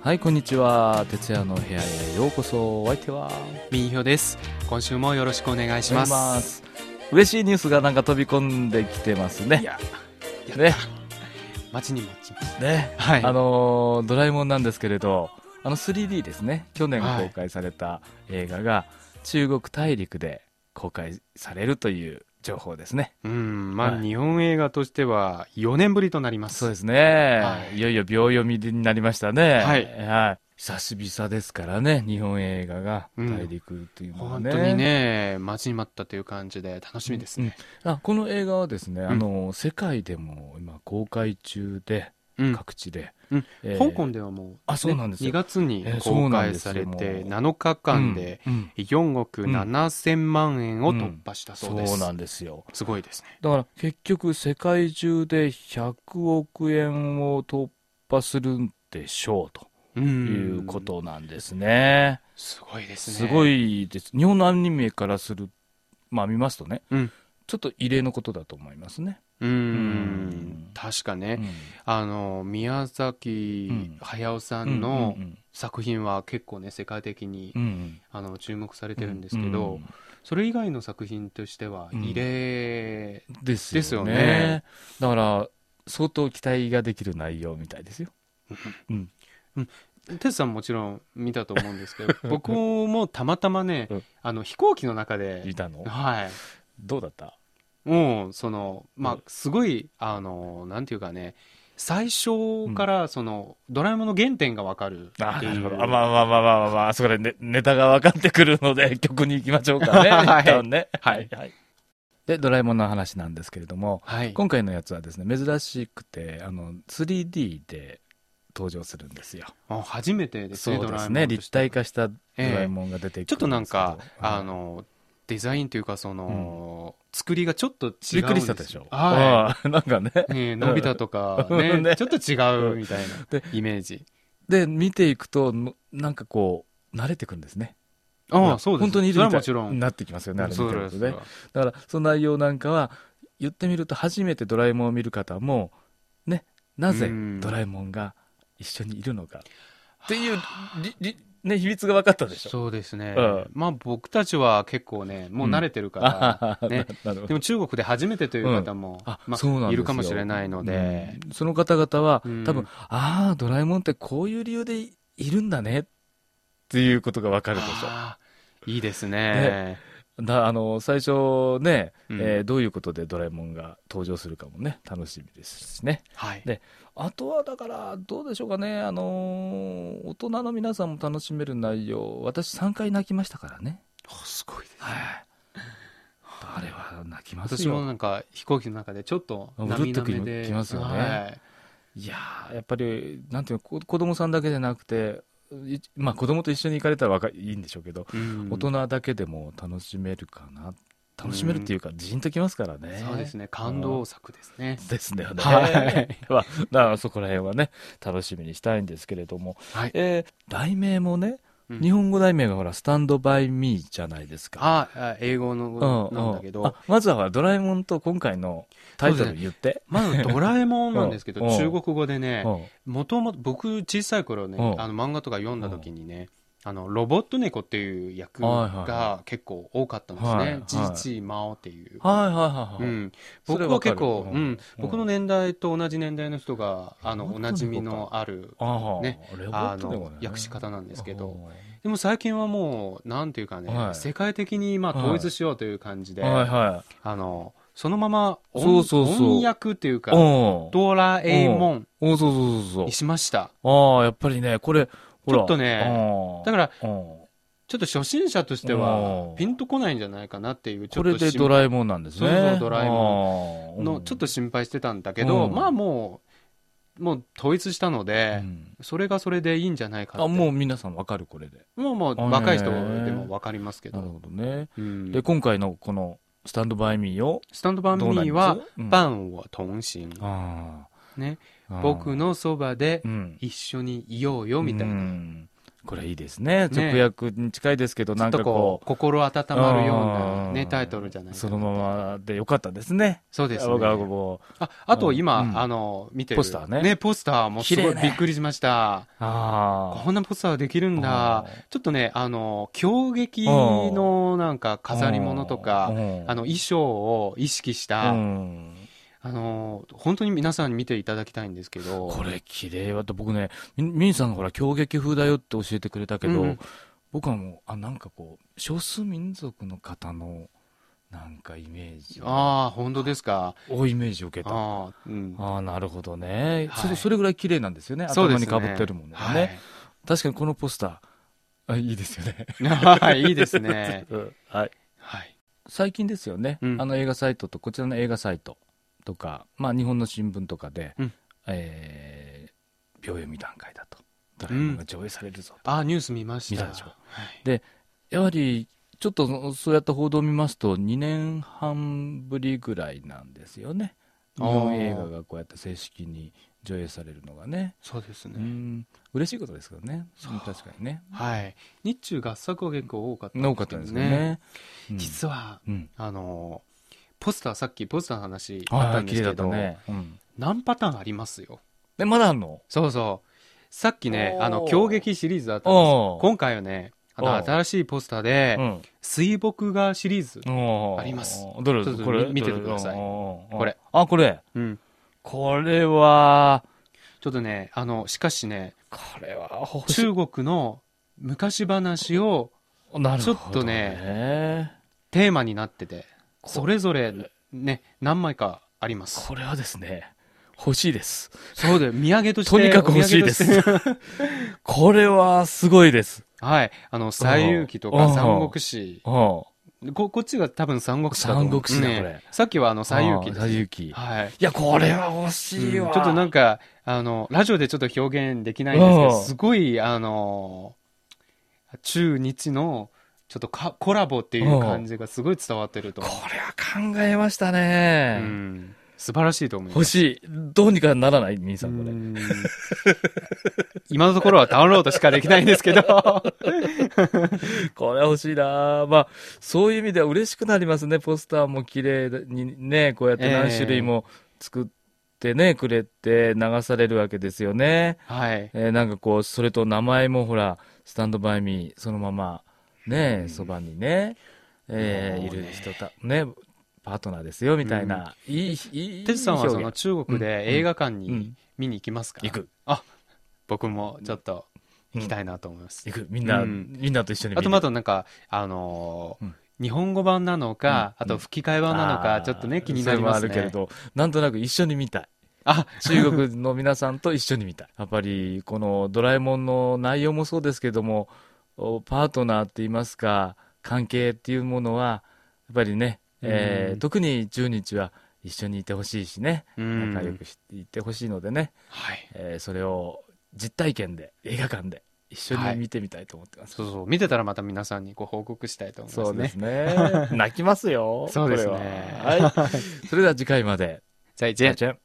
はいこんにちは徹夜の部屋へようこそお相手はみーひょです今週もよろしくお願いしお願まいしすます嬉しいニュースがなんか飛び込んできてますいねややね待ちに待ちましねたはいあのードラえもんなんですけれどあの 3D ですね去年はい公開された映画が中国大陸で公開されるという情報ですねうんまあ、はい日本映画としては4年ぶりとなりますそうですね、、はいよいよ秒読みになりましたねはいはい、久々ですからね日本映画がうん大陸っていうのは本ね、当にね待ちに待ったという感じで楽しみですね、あこの映画はですね、んあの世界でも今公開中で、うん各地で、うんえー香港ではもう、あそうなんですよ2月にえーそう公なん開ですさよれてもう7日間でうんうん4億7000万円をうん突破したそうです、そうなんですよすごいですねだから結局世界中で100億円を突破するんでしょうとういうことなんですね、すごいですすねごいです日本のアニメからするまあ見ますとね、うんちょっと異例のことだと思いますね、うんうん確かね、うんあの宮崎駿さんのうん作品は結構ね世界的に、うんうんあの注目されうてるんですけど、うんそれ以外の作品としてはうん異例、ですですよよねねだから相当期待ができる内容みたいですよテツさんももちろん見たと思うんで すけど僕もたまたまね、うんあの飛行機の中で見、たのはい、どうだったもうそのまうあんすごいあのなんていうかね最初からその、ドラえもんの原点がわかるあってないうるほどあまあまあまあまあまあ、まあ、そこでネネタが分かってくるの で曲に行きましょうかねはい一旦ねはいはいでドラえもんの話なんですけれどもはい、今回のやつはですね珍しくてあの 3D で登場するんですよあ初めてですねそうドでラえすもねんと立しては体化したドラえもんが出てくるちょっとなんかです、けどあの、デザインというか、その、作りがちょっと違うんすびっくりしたでしょはうんなんかねい。ねえのび太とか、ねねちょっと違うみたいなでイメージ。で見ていくとのなんかこう慣れてくんですねほあらあ、そうです。本当にいそるみれはたいもちろん。なってきますよねあれ見そてうるでとす。ねだからその内容なんかは言ってみると初めてドラえもんを見る方もねなぜうんドラえもんが一緒にいるのかっていうりり、ね、秘密が分かったでしょそうですねうん。まあ僕たちは結構ね、もう慣れてるから、あははねななるほでども中国で初めてという方も、あまそうなんですあ、よいるかもしれないので、うんその方々はうん多分ああドラえもんってこういう理由でいいるんだねっていうことが分かるでしょああいいですね。だあの最初ね、うんえーどういうことでドラえもんが登場するかもね楽しみですしねはい。であとはだからどうでしょうかねあのー大人の皆さんも楽しめる内容私3回泣きましたからねあすごいです。はいあれは泣きます私もよなんか飛行機の中でちょっとうるっと涙き目まできますよねはいいやーやっぱりなんていうのこ子供さんだけじゃなくていまあ子供と一緒に行かれたらわかいいんでしょうけど、うん大人だけでも楽しめるかな楽しめるっていうか、じんときますからねそうですね感動作ですねですよね。はいまあ、だからそこら辺はね、楽しみにしたいんですけれども、はいえー題名もね、うん日本語題名がほら、スタンドバイミーじゃないですか。ああ英語のなんだけううどあまずはほらドラえもんと今回のタイトそうルで言って。まずドラえもんなんですけうどん中国語でうねんもともと僕小さい頃ねうんあの漫画とか読んだ時にねあのロボット猫っていう役はいはいが結構多かったんですはいはねいじいちまおっていうはいはいはいはうい。ん、それ僕わはかる結構、ううんんうん僕の年代と同じ年代の人があのロボットお猫かなじみのあるああ、ねレボットであものね。訳し方なんですけどあでも最近はもうなんていうかね、はい世界的にまあはい統一しようという感じあ。で、はいはあのそのまま音そうそうそう翻訳っていうい。かうん。おドラえもんそうそうそうにそしましたう。ああ、やっぱりね、これ、ほら。ちょっとねうんだからうんちょっと初心者としてうんはピンとこないんじゃないかなっていうちょこっれとでド心ラえもんなんですね。そうそうドラえものちょっと心配してたんだけど、うんまあもうもう統一したので、それがそれでいいんじゃないかってあもう皆さんわかるこれで。もうもうあ若い人でも分かりますけなるど、ほどね。うんで、今回のこのスタンドバイミーを、スタンドバンどうなミーりはますうん「伴我同行あ」ねーあー僕のそばでうん一緒にいようよみたいな、うんこれいいですね。ね直訳に近いですけど、ちょなっんかとここう、心温まるようなうね、ん、タイトルじゃないうかそなのままでよかったですね。そうですね僕はもう、あ、あと今、うんあの、見てる。ポスターねね、ポスターもすごい綺麗ねびっくりしました。ああ。こんなポスターできるんだ。ちょっとね、あの、狂撃のなんか飾り物とうか、んあの、、衣装を意識しうた、ん。あの、本当に皆さんに見ていただきたいんですけど。これ綺麗だと僕ね、みみんさんがほら、狂撃風だよって教えてくれたけど、うん僕はもう、あ、なんかこう、少数民族の方の、なんかイメージ、ああ、本当ですか。をイメージを受けた。あああ、うん。あー、なるほどね。はいそれそれぐらい綺麗なんですよね。そ頭うでにすかぶってるものがね。確かにこのポスター、あいいですよね。。はいはい、いいですね うんはい。はい。最近ですよね、うんあの映画サイトとこちらの映画サイトとか、まあ、日本の新聞とかで、うんえー秒読み段階だとドラえもんが上映されるぞと、ああ、ニュース見ました。見たでしょはい。やはりちょっとそそうやった報道を見ますと2年半ぶりぐらいなんですよね日あー本映画がこうやって正式に上映されるのがねそうですうね。ん嬉しいことですけどねそう確かにねはい。日中合作は結構多かった多かったですよねうん実は、うんあの、ポスター、さっきポスターの話あっあたあんで綺麗すだけったど、ね、うん、何パターンありますよ。でまだあるのそうそう。さっきね、おーあの、狂撃シリーズだったんですおー今回はね、あの、おー新しいポスターで、うん水墨画シリーズ。ああります。どれちょっとこれみ見ててくださいここれ。あ、これ。うん。これは、ちょっとね、あの、しかしね、これは欲しい、中国の昔話をなるほど、ね。ちょっとね。テーマになってて、こそれぞれ、ね、何枚かあります。これはですね、欲しいです。そうだよ、土産として。とにかく欲しいですお土産としてこれはすごいです。 はい。あの、西遊記とおかう三国志。うん。こ、こっちが多分三国志だと思う。三国志だこれさっきはあの、西遊記あであ西す。遊記。いはい。や、これは欲しいわ。うんちょっとなんか、か、あの、ラジオでちょっと表現できないんですけど、うんすごい、あの、中日の、ちょっとかコラボっていう感じがすごい伝わってるとこ思れは考えましたう。うね。ん。素晴らしいと思いま欲す。しい。どうにかならない兄さん、こうれ。ん今のところはダウンロードしかできないんですけど。これ欲しいなあまあ、そういう意味では嬉しくなりますね。ポスターも綺麗にね、こうやって何種類も作ってね、くれて流されるわけですよね。はい。えーなんかこう、それと名前もほら、スタンドバイミー、そのまま、ねう、んそばにね、えーもいうねる人た、ね、パートナーですよ、みたいな。いい、いい、テツさんはそいいの表現中国で映画館うにん見に行きますか行く、僕もちょっと行きたいなと思います行。く、みんな、うんみんなと一緒に見るあとまだなんか、あのーうん日本語版なのか、うんあと吹き替え版なのあか、ーちょっとね、気になりますそね。れもあるけれど、なんとなく一緒に見たい。あ、中国の皆さんと一緒に見 たい。やっぱり、このドラえもんの内容もそうですけども、おパートナーって言いますか、関係っていうものは、やっぱりね、えーうん特に10日は一緒にいてほしいしね、うん仲良くしていてほしいのでね、はい。えーそれを実体験で、映画館で一緒に見てみたいと思ってます。そうそう、見てたらまた皆さんにご報告したいと思いますね。そうですね。泣きますよ。そうですねこれははい。それでは次回まで。再见再见